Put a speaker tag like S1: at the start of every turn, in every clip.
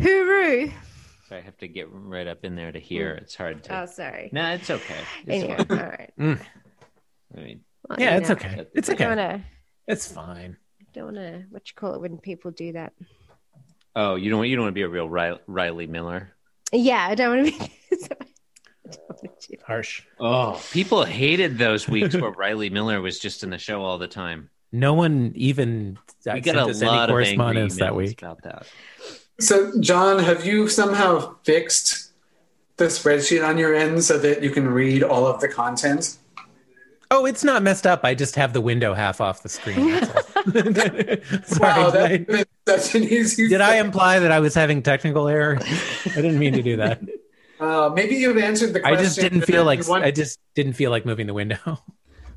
S1: Hooroo.
S2: So I have to get right up in there to hear. It's hard to.
S1: Oh, sorry.
S2: No, it's okay. It's
S1: anyway,
S2: fine.
S1: all right.
S2: I mean,
S1: Well,
S3: Yeah,
S1: you
S3: it's
S1: know,
S3: okay. It's
S1: I don't
S3: okay.
S1: wanna,
S3: It's fine.
S1: don't wanna, what you call it when people do that.
S2: oh, you don't want you don't want to be a real Riley, Riley Miller.
S1: Yeah, I don't want to be. I don't wanna do that.
S3: Harsh.
S2: Oh, people hated those weeks where Riley Miller was just in the show all the time.
S3: No one even uh,
S2: We
S3: sent
S2: got a
S3: us any
S2: lot of angry
S3: correspondence that
S2: emails
S3: week.
S2: about that.
S4: So, John, have you somehow fixed the spreadsheet on your end so that you can read all of the content?
S3: Oh, it's not messed up. I just have the window half off the screen. That's all. Sorry.
S4: wow, that
S3: did I-
S4: that's an easy.
S3: did I
S4: fix.
S3: imply that I was having technical error? I didn't mean to do that.
S4: Uh, maybe you've answered the
S3: I
S4: question.
S3: just didn't
S4: that
S3: feel like
S4: you want-
S3: I just didn't feel like moving the window.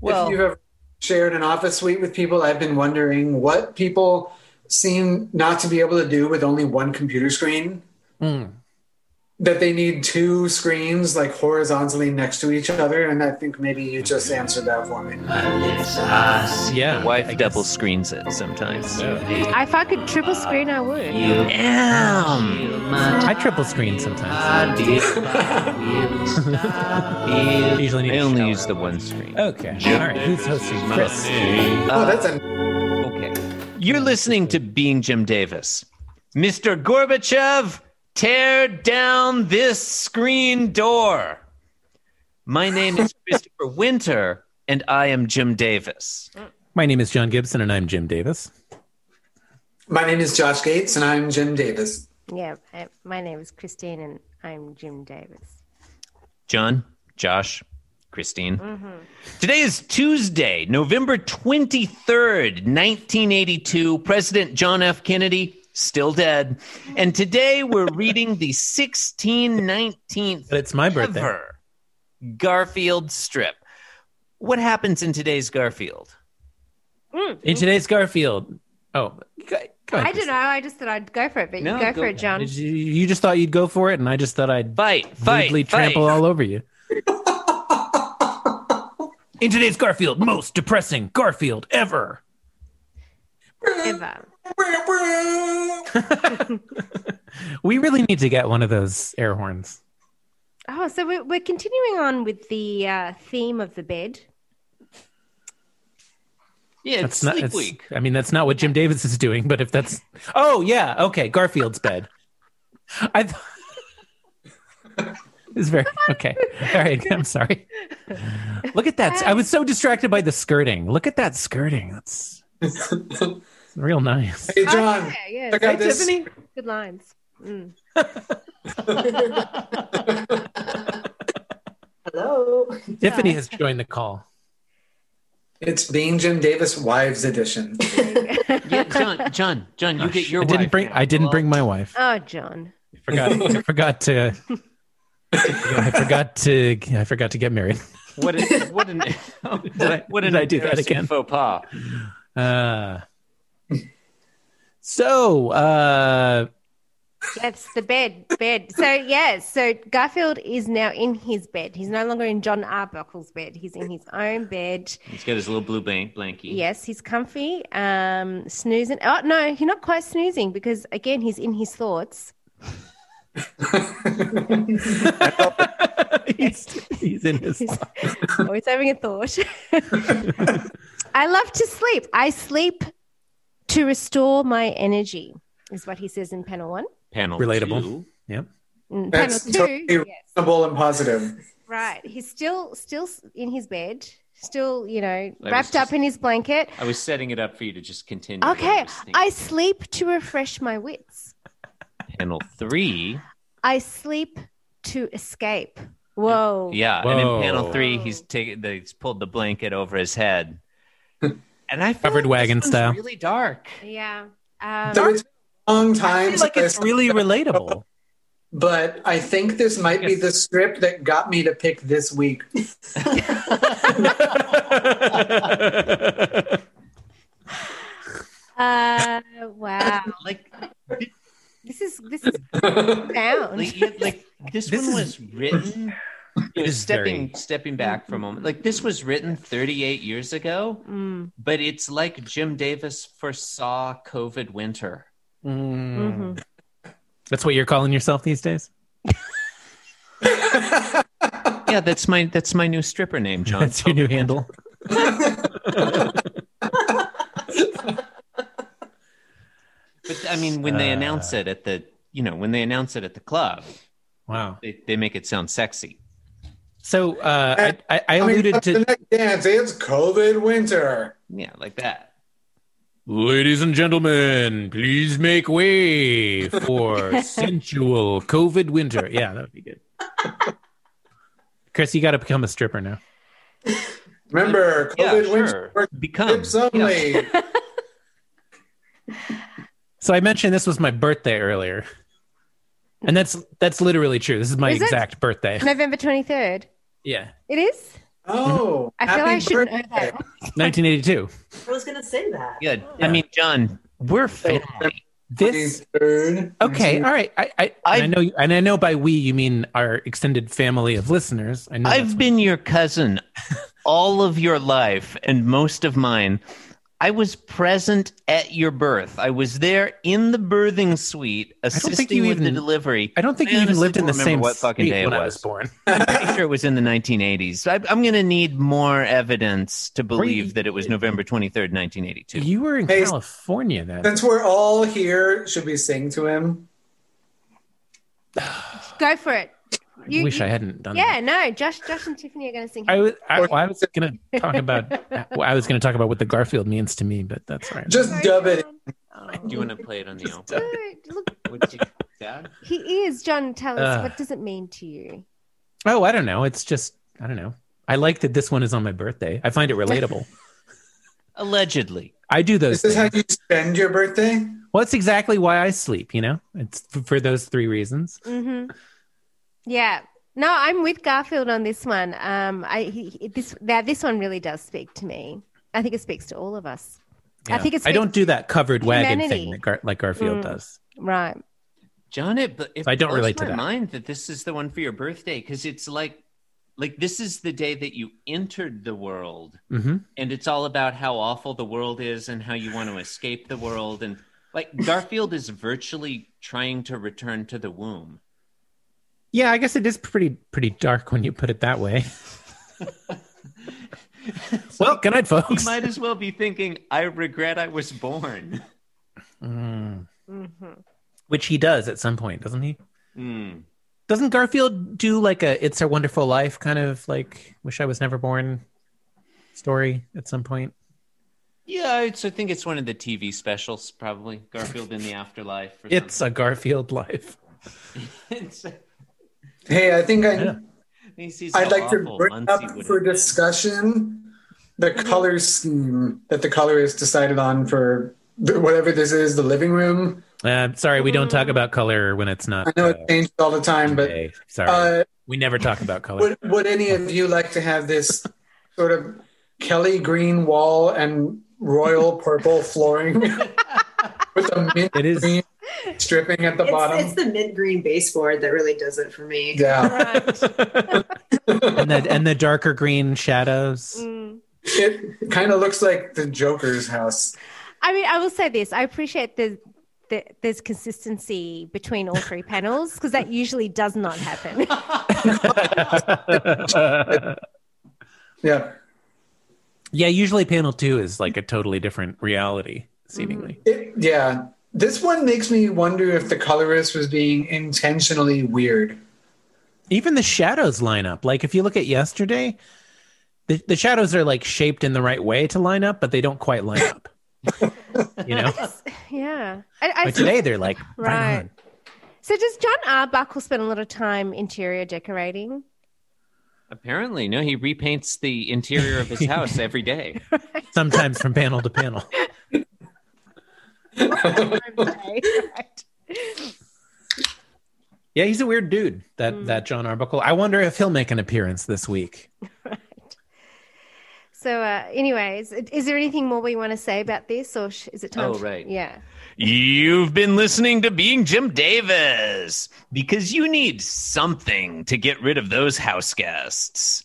S2: Well,
S4: if you've ever shared an office suite with people, I've been wondering what people seem not to be able to do with only one computer screen.
S3: Mm.
S4: That they need two screens like horizontally next to each other, and I think maybe you just answered that for me.
S3: Yeah.
S2: wife
S3: I guess.
S2: double screens it sometimes.
S1: If I could triple screen, I would.
S2: Damn.
S3: I triple screen sometimes. Usually need
S2: I
S3: a
S2: only
S3: shower.
S2: use the one screen.
S3: Okay. All right. Who's hosting? Chris.
S4: oh, that's a
S2: Okay. You're listening to Being Jim Davis. Mr. Gorbachev, tear down this screen door. My name is Christopher Winter, and I am Jim Davis.
S3: My name is John Gibson, and I'm Jim Davis.
S4: My name is Josh Gates, and I'm Jim Davis.
S1: Yeah, I, my name is Christine and I'm Jim Davis.
S2: John, Josh, Christine.
S1: Mm-hmm.
S2: Today is Tuesday, November 23rd, 1982. President John F. Kennedy, still dead. And today we're reading the 1619th
S3: But it's my birthday.
S2: ever Garfield strip. What happens in today's Garfield?
S3: In today's Garfield. Oh, go, go ahead,
S1: Mm. I don't know. I just thought I'd go for it, but
S2: No,
S1: you go,
S2: go
S1: for it, John.
S3: Did You, you just thought you'd go for it, and I just thought I'd
S2: Fight, fight,
S3: rudely
S2: fight.
S3: trample all over you. In today's Garfield, most depressing Garfield ever.
S1: Ever.
S3: We really need to get one of those air horns.
S1: Oh, so we're, we're continuing on with the uh, theme of the bed.
S2: Yeah, it's
S3: not.
S2: sleep
S3: it's-
S2: week.
S3: I mean, that's not what Jim Davis is doing. But if that's, oh yeah, okay, Garfield's bed. I. Th- it's very okay. All right, I'm sorry. Look at that! I was so distracted by the skirting. Look at that skirting. That's it's real nice.
S4: Hey, John,
S1: Oh, yeah,
S4: check
S1: yeah.
S4: out this.
S1: Good lines. Mm.
S4: Hello.
S3: Tiffany has joined the call.
S4: It's Being Jim Davis Wives Edition.
S2: Yeah, John, John, John, you get your
S3: I didn't
S2: wife
S3: bring.
S2: now.
S3: I didn't bring my wife.
S1: Oh, John.
S3: I forgot. I forgot to. I forgot to. I forgot to get married.
S2: What, a, what an did
S3: I- did I do that again?
S2: Faux pas.
S3: Uh, so uh,
S1: Yes, the bed, bed. So yeah, so Garfield is now in his bed. He's no longer in John Arbuckle's bed. He's in his own bed.
S2: He's got his little blue blank blankie.
S1: Yes, he's comfy, um, snoozing. Oh no, he's not quite snoozing because again, he's in his thoughts.
S3: he's, he's in his.
S1: He's always having a thought. I love to sleep. I sleep to restore my energy, is what he says in panel one.
S2: Panel
S3: Relatable.
S2: two.
S3: Yep.
S1: In panel
S4: That's
S1: two,
S4: totally
S1: yes.
S4: reasonable and positive.
S1: Right. He's still still s- in his bed, still, you know,
S2: was
S1: wrapped
S2: just-
S1: up in his blanket.
S2: I was setting it up for you to just continue. what
S1: Okay,
S2: was thinking.
S1: I sleep to refresh my wits.
S2: panel three.
S1: I sleep to escape. Whoa.
S2: Yeah, and in
S3: Whoa.
S2: panel three, he's taken. they- He's pulled the blanket over his head, and I feel
S3: Covered
S2: like
S3: wagon
S2: this one's
S3: style.
S2: Really dark.
S1: Yeah. Um,
S4: So it's been a long
S3: I
S4: time.
S3: feel like
S4: since I
S3: it's
S4: saw
S3: really
S4: that,
S3: relatable.
S4: But I think this might be the script that got me to pick this week.
S1: uh, wow.
S2: Like,
S1: This is this is profound.
S2: like, you- like this,
S3: This
S2: one
S3: is-
S2: was written.
S3: It is
S2: stepping
S3: very.
S2: stepping back for a moment. Like this was written 38 years ago,
S1: Mm,
S2: but it's like Jim Davis foresaw COVID winter.
S3: Mm.
S1: mhm.
S3: That's what you're calling yourself these days?
S2: Yeah, that's my that's my new stripper name, John.
S3: That's your new handle.
S2: But I mean, when they announce it at the you know when they announce it at the club,
S3: Wow.
S2: they, they make it sound sexy.
S3: So uh, I, I, I
S4: I mean,
S3: alluded
S4: what's the
S3: to.
S4: next dance. It's COVID winter.
S2: Yeah, like that.
S3: Ladies and gentlemen, please make way for sensual COVID winter. Yeah, that would be good. Chris, you got to become a stripper now.
S4: Remember, COVID
S2: Yeah,
S4: winter.
S2: sure. Become
S4: Tips
S2: yeah.
S4: only.
S3: So I mentioned this was my birthday earlier. And that's that's literally true. This is my
S1: Is it?
S3: exact birthday.
S1: November 23rd.
S3: Yeah.
S1: It is?
S4: Oh,
S1: I feel I should know that.
S3: 1982.
S5: I was going to say that.
S2: Yeah, I mean, John, we're family.
S3: This Okay, all right. I I,
S2: I-
S3: and I know you- and I know by we you mean our extended family of listeners. I know
S2: I've been your cousin all of your life and most of mine. I was present at your birth. I was there in the birthing suite,
S3: think
S2: assisting
S3: you
S2: with the
S3: even-
S2: delivery.
S3: I don't think
S2: I
S3: you even
S2: honestly
S3: lived in the
S2: don't remember
S3: same
S2: what fucking
S3: state
S2: day it
S3: when I
S2: was.
S3: was born.
S2: pretty sure it was in the 1980s. I, I'm going to need more evidence to believe
S3: you-
S2: that it was November 23rd, 1982.
S3: You were in
S4: Hey,
S3: California then.
S4: Since we're all here, should we sing to him?
S1: Go for it. You,
S3: Wish
S1: you-
S3: I hadn't done
S1: Yeah,
S3: that.
S1: no, Josh, Josh and Tiffany are going to sing.
S3: I was I, well, I was gonna talk about well, I was gonna talk about what the Garfield means to me, but that's all right.
S4: Just
S1: Sorry,
S4: dub it.
S1: John.
S2: Do you want to play it on the album?
S1: Dude, look,
S2: What'd you, Dad?
S1: he is. John, tell us,
S3: Ugh.
S1: what does it mean to you?
S3: oh, I don't know. It's just I don't know. I like that this one is on my birthday. I find it relatable.
S2: Allegedly.
S3: I do those
S4: Is this how
S3: things.
S4: you spend your birthday?
S3: Well, it's exactly why I sleep, you know? It's f- for those three reasons.
S1: hmm Yeah. No, I'm with Garfield on this one. Um, I he, he- this now this one really does speak to me. I think it speaks to all of us. I
S3: Yeah.
S1: think it's
S3: I don't do that covered wagon
S1: humanity.
S3: thing that Gar- like Garfield
S1: Mm.
S3: does.
S1: right.
S2: John, it, bl- it
S3: I don't
S2: blows
S3: relate to
S2: my
S3: that.
S2: mind that this is the one for your birthday because it's like, like this is the day that you entered the world,
S3: hmm
S2: and it's all about how awful the world is and how you want to escape the world, and like Garfield is virtually trying to return to the womb.
S3: Yeah, I guess it is pretty pretty dark when you put it that way. well, good night,
S2: You
S3: folks.
S2: might as well be thinking, "I regret I was born."
S3: Mm.
S1: hmm
S3: Which he does at some point, doesn't he?
S2: Mm.
S3: Doesn't Garfield do like a "It's a Wonderful Life" kind of like "Wish I Was Never Born" story at some point?
S2: Yeah, it's, I think it's one of the TV specials, probably Garfield in the Afterlife. Or
S3: It's a Garfield life.
S2: something. It's-
S4: Hey, I think I,
S3: Yeah.
S2: he sees
S4: I'd
S2: how
S4: like to
S2: awful
S4: bring
S2: Muncie
S4: up
S2: would
S4: for
S2: have been.
S4: discussion the color scheme that the colorist decided on for the, whatever this is, the living room.
S3: Uh, sorry, we don't talk about color when it's not.
S4: I know it
S3: uh,
S4: changed all the time, but
S3: okay. sorry,
S4: uh,
S3: we never talk about color.
S4: would would any of you like to have this sort of Kelly green wall and royal purple flooring with a mint
S3: It is-
S4: green stripping at the bottom?
S5: It's, it's the mint green baseboard that really does it for me.
S4: yeah,
S1: Right.
S3: and the and the darker green shadows.
S1: Mm.
S4: it kind of looks like the Joker's house.
S1: I mean, I will say this. I appreciate the, the there's consistency between all three panels because that usually does not happen.
S4: Yeah,
S3: yeah, usually panel two is like a totally different reality, seemingly.
S4: it, yeah. This one makes me wonder if the colorist was being intentionally weird.
S3: Even the shadows line up. Like if you look at yesterday, the, the shadows are like shaped in the right way to line up, but they don't quite line up. you know,
S1: yeah. I, I
S3: but today they're like right,
S1: Right.
S3: on.
S1: So does John R. Buckle spend a lot of time interior decorating?
S2: Apparently, no, he repaints the interior of his house every day.
S3: Sometimes from panel to panel.
S1: Right.
S3: Yeah, he's a weird dude. That
S1: Mm.
S3: that John Arbuckle. I wonder if he'll make an appearance this week.
S1: So, uh, anyways, is there anything more we want to say about this, or sh- is it time?
S2: Oh,
S1: to-
S2: right.
S1: Yeah.
S2: You've been listening to Being Jim Davis because you need something to get rid of those house guests.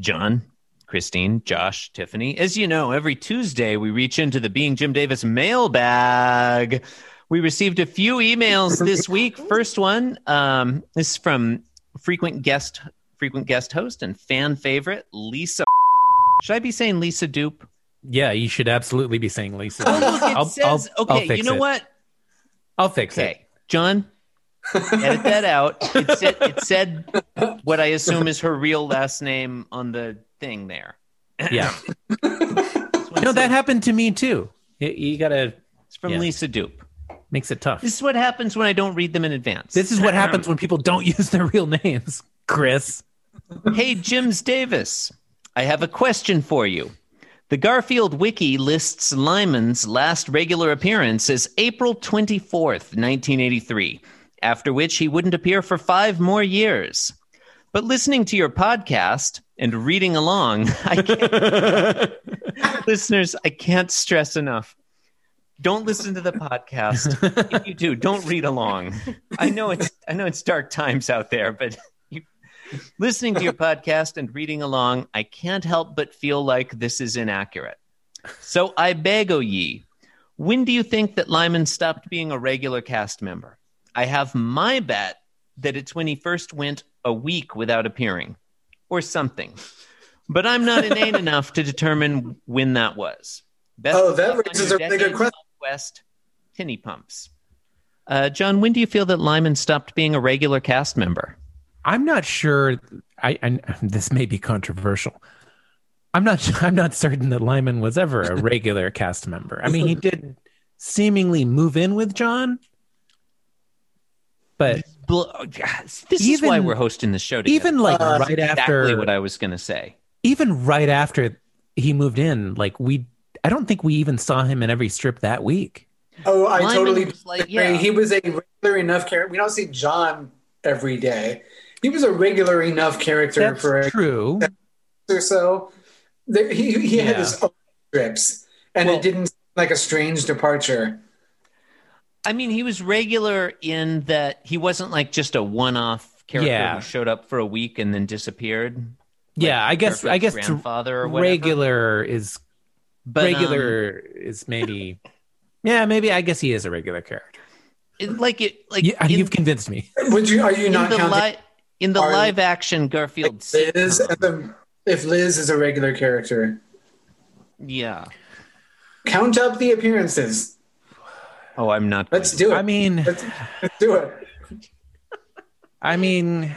S2: John, Christine, Josh, Tiffany, as you know, every Tuesday we reach into the Being Jim Davis mailbag We received a few emails this week. First one, um, this is from frequent guest, frequent guest host, and fan favorite Lisa. Should I be saying Lisa Dupe?
S3: Yeah, you should absolutely be saying Lisa.
S2: Oh, look, it
S3: I'll-
S2: says.
S3: I'll- I'll
S2: okay,
S3: fix
S2: you know
S3: it.
S2: what?
S3: I'll fix it.
S2: Okay, John, edit that out. It said, it said what I assume is her real last name on the thing there.
S3: Yeah. no, that happened to me too. You, you gotta
S2: It's from
S3: Yeah.
S2: Lisa Dupe.
S3: makes it tough.
S2: This is what happens when I don't read them in advance.
S3: This is what happens when people don't use their real names. Chris.
S2: Hey, Jims Davis, I have a question for you. The Garfield Wiki lists Lyman's last regular appearance as April 24th, 1983, after which he wouldn't appear for five more years. But listening to your podcast and reading along, I can't, listeners, I can't stress enough. Don't listen to the podcast. If you do, don't read along. I know it's I know it's dark times out there, but listening to your podcast and reading along, I can't help but feel like this is inaccurate. So I beg o ye, when do you think that Lyman stopped being a regular cast member? I have my bet that it's when he first went a week without appearing or something. But I'm not inane enough to determine when that was. Best
S4: Oh,
S2: of
S4: that
S2: luck on
S4: raises
S2: your
S4: a really good
S2: decades
S4: question.
S2: on West tinny pumps. Uh, John, when do you feel that Lyman stopped being a regular cast member?
S3: I'm not sure. I, I this may be controversial. I'm not. I'm not certain that Lyman was ever a regular cast member. I mean, he did seemingly move in with John, but
S2: Bl- this is
S3: Even-
S2: why we're hosting the show together.
S3: even like
S4: Uh,
S3: right
S2: exactly
S3: after,
S2: what I was going to say.
S3: even right after he moved in, like we, I don't think we even saw him in every strip that week.
S4: Oh, I
S2: Lyman
S4: totally.
S2: was like,
S4: agree.
S2: yeah.
S4: He was a regular enough character. We don't see John every day. He was a regular enough character
S3: That's
S4: for a
S3: true.
S4: or so. There, he he had
S3: Yeah.
S4: his own strips, and
S2: Well-
S4: it didn't seem like a strange departure.
S2: I mean, he was regular in that he wasn't like just a one-off character
S3: Yeah.
S2: who showed up for a week and then disappeared.
S3: yeah, I guess.
S2: Perfect
S3: I guess to-
S2: grandfather or whatever.
S3: regular is
S2: But, um,
S3: regular is maybe. Yeah, maybe I guess he is a regular character.
S2: it- like it, like
S3: Yeah,
S2: in,
S3: you've convinced me.
S4: Would you? Are you
S2: in
S4: not
S2: the
S4: counting
S2: li- in the
S4: Harley.
S2: live-action Garfield.
S4: Liz
S2: sitcom.
S4: as a, if Liz is a regular character?
S2: yeah.
S4: Count up the appearances.
S2: Oh, I'm not.
S4: Let's
S2: going
S4: do it.
S3: I mean,
S4: let's, let's do it.
S3: I mean,
S2: to.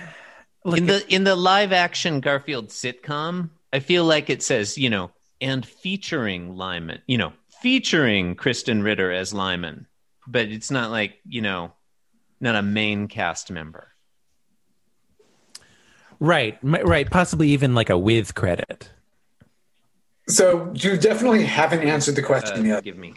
S3: look,
S2: in the in the live-action Garfield sitcom. I feel like it says, you know, and featuring Lyman, you know, featuring Kristen Ritter as Lyman, but it's not like, you know, not a main cast member.
S3: right, m- right, possibly even like a with credit.
S4: So you definitely haven't answered the
S2: Uh,
S4: question yet.
S2: Give me.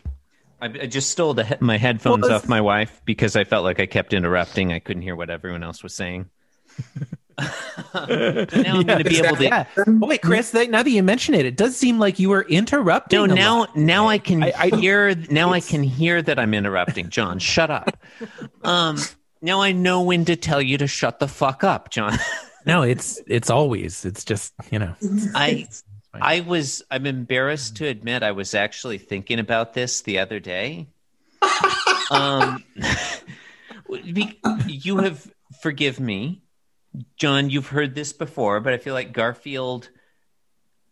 S2: I, I just stole the, he- my headphones
S3: Well, it's-
S2: off my wife because I felt like I kept interrupting. I couldn't hear what everyone else was saying. now I'm
S3: Yeah,
S2: going to be able to.
S3: Yeah. Oh, wait, Chris. That, now that you mention it, it does seem like you were interrupting.
S2: No,
S3: a lot.
S2: now now I can
S3: I- I-
S2: hear now I
S3: it's-
S2: can hear that I'm interrupting. John, shut up. Um, now I know when to tell you to shut the fuck up, John.
S3: no, it's it's always. It's just you know.
S2: I
S3: fine.
S2: I was I'm embarrassed to admit I was actually thinking about this the other day. um, be- you have forgive me, John. You've heard this before, but I feel like Garfield,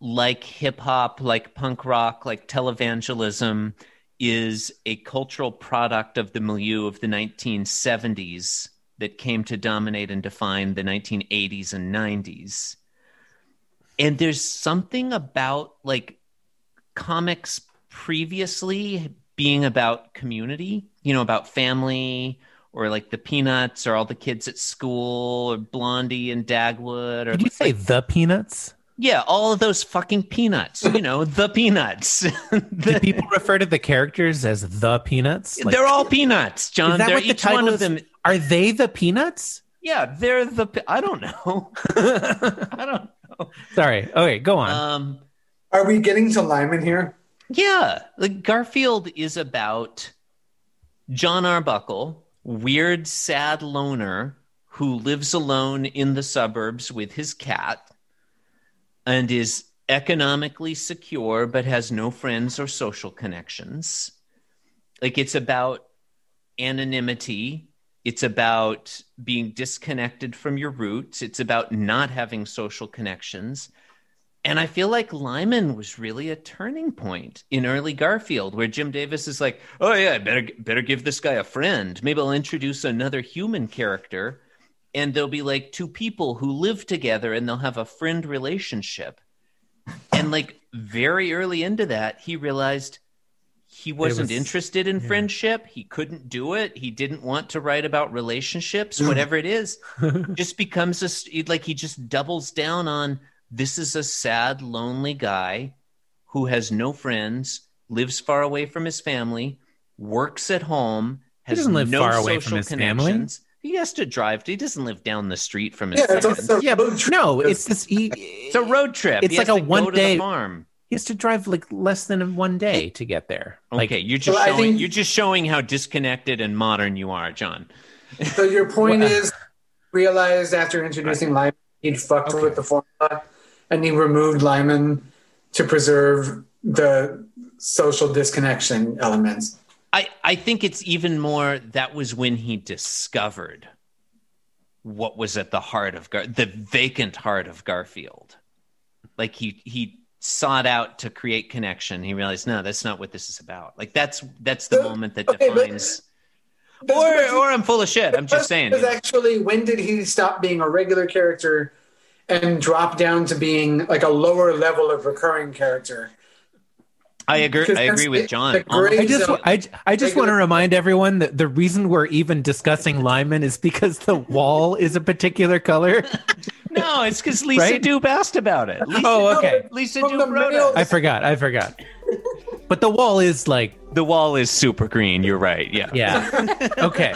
S2: like hip hop, like punk rock, like televangelism, is a cultural product of the milieu of the 1970s that came to dominate and define the 1980s and 90s and there's something about like comics previously being about community you know about family or like the peanuts or all the kids at school or blondie and dagwood or
S3: Did you say the peanuts?
S2: yeah all of those fucking peanuts you know the peanuts
S3: Do
S2: The-
S3: people refer to the characters as the peanuts? Like,
S2: they're all peanuts john
S3: Is that
S2: they're
S3: what the
S2: each one
S3: title
S2: of
S3: is?
S2: them
S3: are they the peanuts?
S2: yeah they're the pe- i don't know i don't
S3: Sorry. Okay, go on.
S2: um
S4: Are we getting to Lyman here?
S2: Yeah, like Garfield is about John Arbuckle, weird, sad loner who lives alone in the suburbs with his cat and is economically secure but has no friends or social connections. Like it's about anonymity. It's about being disconnected from your roots. It's about not having social connections. And I feel like Lyman was really a turning point in early Garfield, where Jim Davis is like, "Oh yeah, I better better give this guy a friend. Maybe I'll introduce another human character, and there'll be like two people who live together, and they'll have a friend relationship." And like very early into that, he realized he wasn't
S3: was-
S2: interested in
S3: yeah.
S2: friendship. He couldn't do it. He didn't want to write about relationships, whatever it is
S3: Hmm.
S2: just becomes a st- like he just doubles down on this is a sad lonely guy who has no friends lives far away from his family works at home has
S3: doesn't live
S2: no
S3: far away
S2: social
S3: from his family.
S2: connections he has to drive he doesn't live down the street from his
S4: Yeah, it's
S2: parents.
S4: also
S3: yeah,
S4: road
S3: but
S4: trip.
S3: no,
S4: It's-
S3: it's this. He,
S2: it's a road trip
S3: It's
S2: He
S3: like
S2: has
S3: a
S2: to go
S3: one
S2: to the
S3: day-
S2: farm
S3: He has to drive like less than one day to get there. Like,
S2: okay you're just
S4: Well, I
S2: showing
S4: think-
S2: you're just showing how disconnected and modern you are john
S4: So your point
S3: Well-
S4: is realized after introducing Lyman, he'd fucked
S3: Okay.
S4: with the formula and he removed Lyman to preserve the social disconnection elements.
S2: I, I think it's even more that was when he discovered what was at the heart of Gar- the vacant heart of Garfield. Like he he sought out to create connection. He realized no, that's not what this is about. Like that's that's the
S4: Uh,
S2: moment that
S4: okay, but-
S2: defines.
S4: That's
S2: or
S4: what he-
S2: or I'm full of shit. I'm just saying.
S4: Because actually, when did he stop being a regular character and drop down to being like a lower level of recurring character?
S2: I agree.
S4: because
S2: I
S4: that's
S2: agree with
S4: the-
S2: John.
S4: the
S2: Almost-
S4: great-
S3: I just,
S4: So-
S3: I, I just want to remind everyone that the reason we're even discussing Lyman is because the wall is a particular color.
S2: no, it's because Lisa
S3: Right?
S2: Doob asked about it. Lisa,
S3: Oh, okay.
S2: Lisa
S4: From the
S2: Doob wrote
S4: mail-
S2: it.
S3: I forgot. I forgot. But the wall is like,
S2: The wall is super green. You're right. Yeah.
S3: yeah, okay.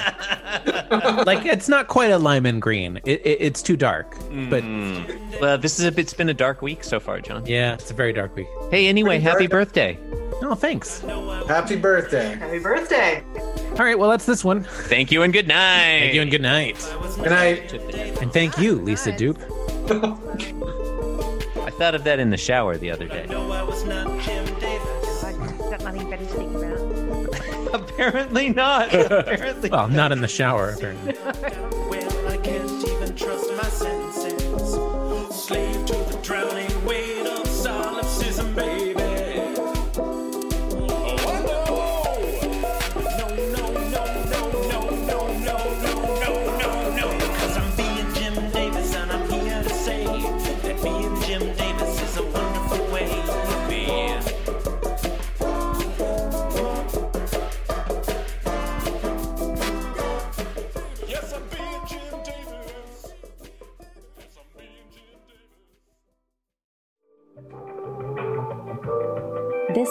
S3: Like it's not quite a Lyman green. It, it, it's too dark. But
S2: Mm. well, this is a, it's been a dark week so far, John.
S3: yeah, it's a very dark week.
S2: Hey, anyway, happy
S4: Pretty dark.
S2: birthday.
S3: Oh, thanks.
S4: Happy birthday.
S5: Happy birthday.
S3: All right. Well, that's this one.
S2: Thank you and good night.
S3: Thank you and good night.
S4: Good night.
S3: And thank you, Lisa
S1: Nice.
S3: Dupe.
S2: I thought of that in the shower the other day.
S1: God, I've got nothing better to think about.
S2: Apparently not. Apparently.
S3: Well, not in the shower. apparently.
S6: Well, I can't even trust my senses. Slave to the drowning weight of solipsism, baby. Oh, No, no, no, no, no, no, no, no, no, no, no. 'Cause I'm being Jim Davis, and I'm here to say that being Jim Davis is a wonderful way to be. Yes, I'm being Jim Davis. Yes, I'm being Jim Davis.
S7: This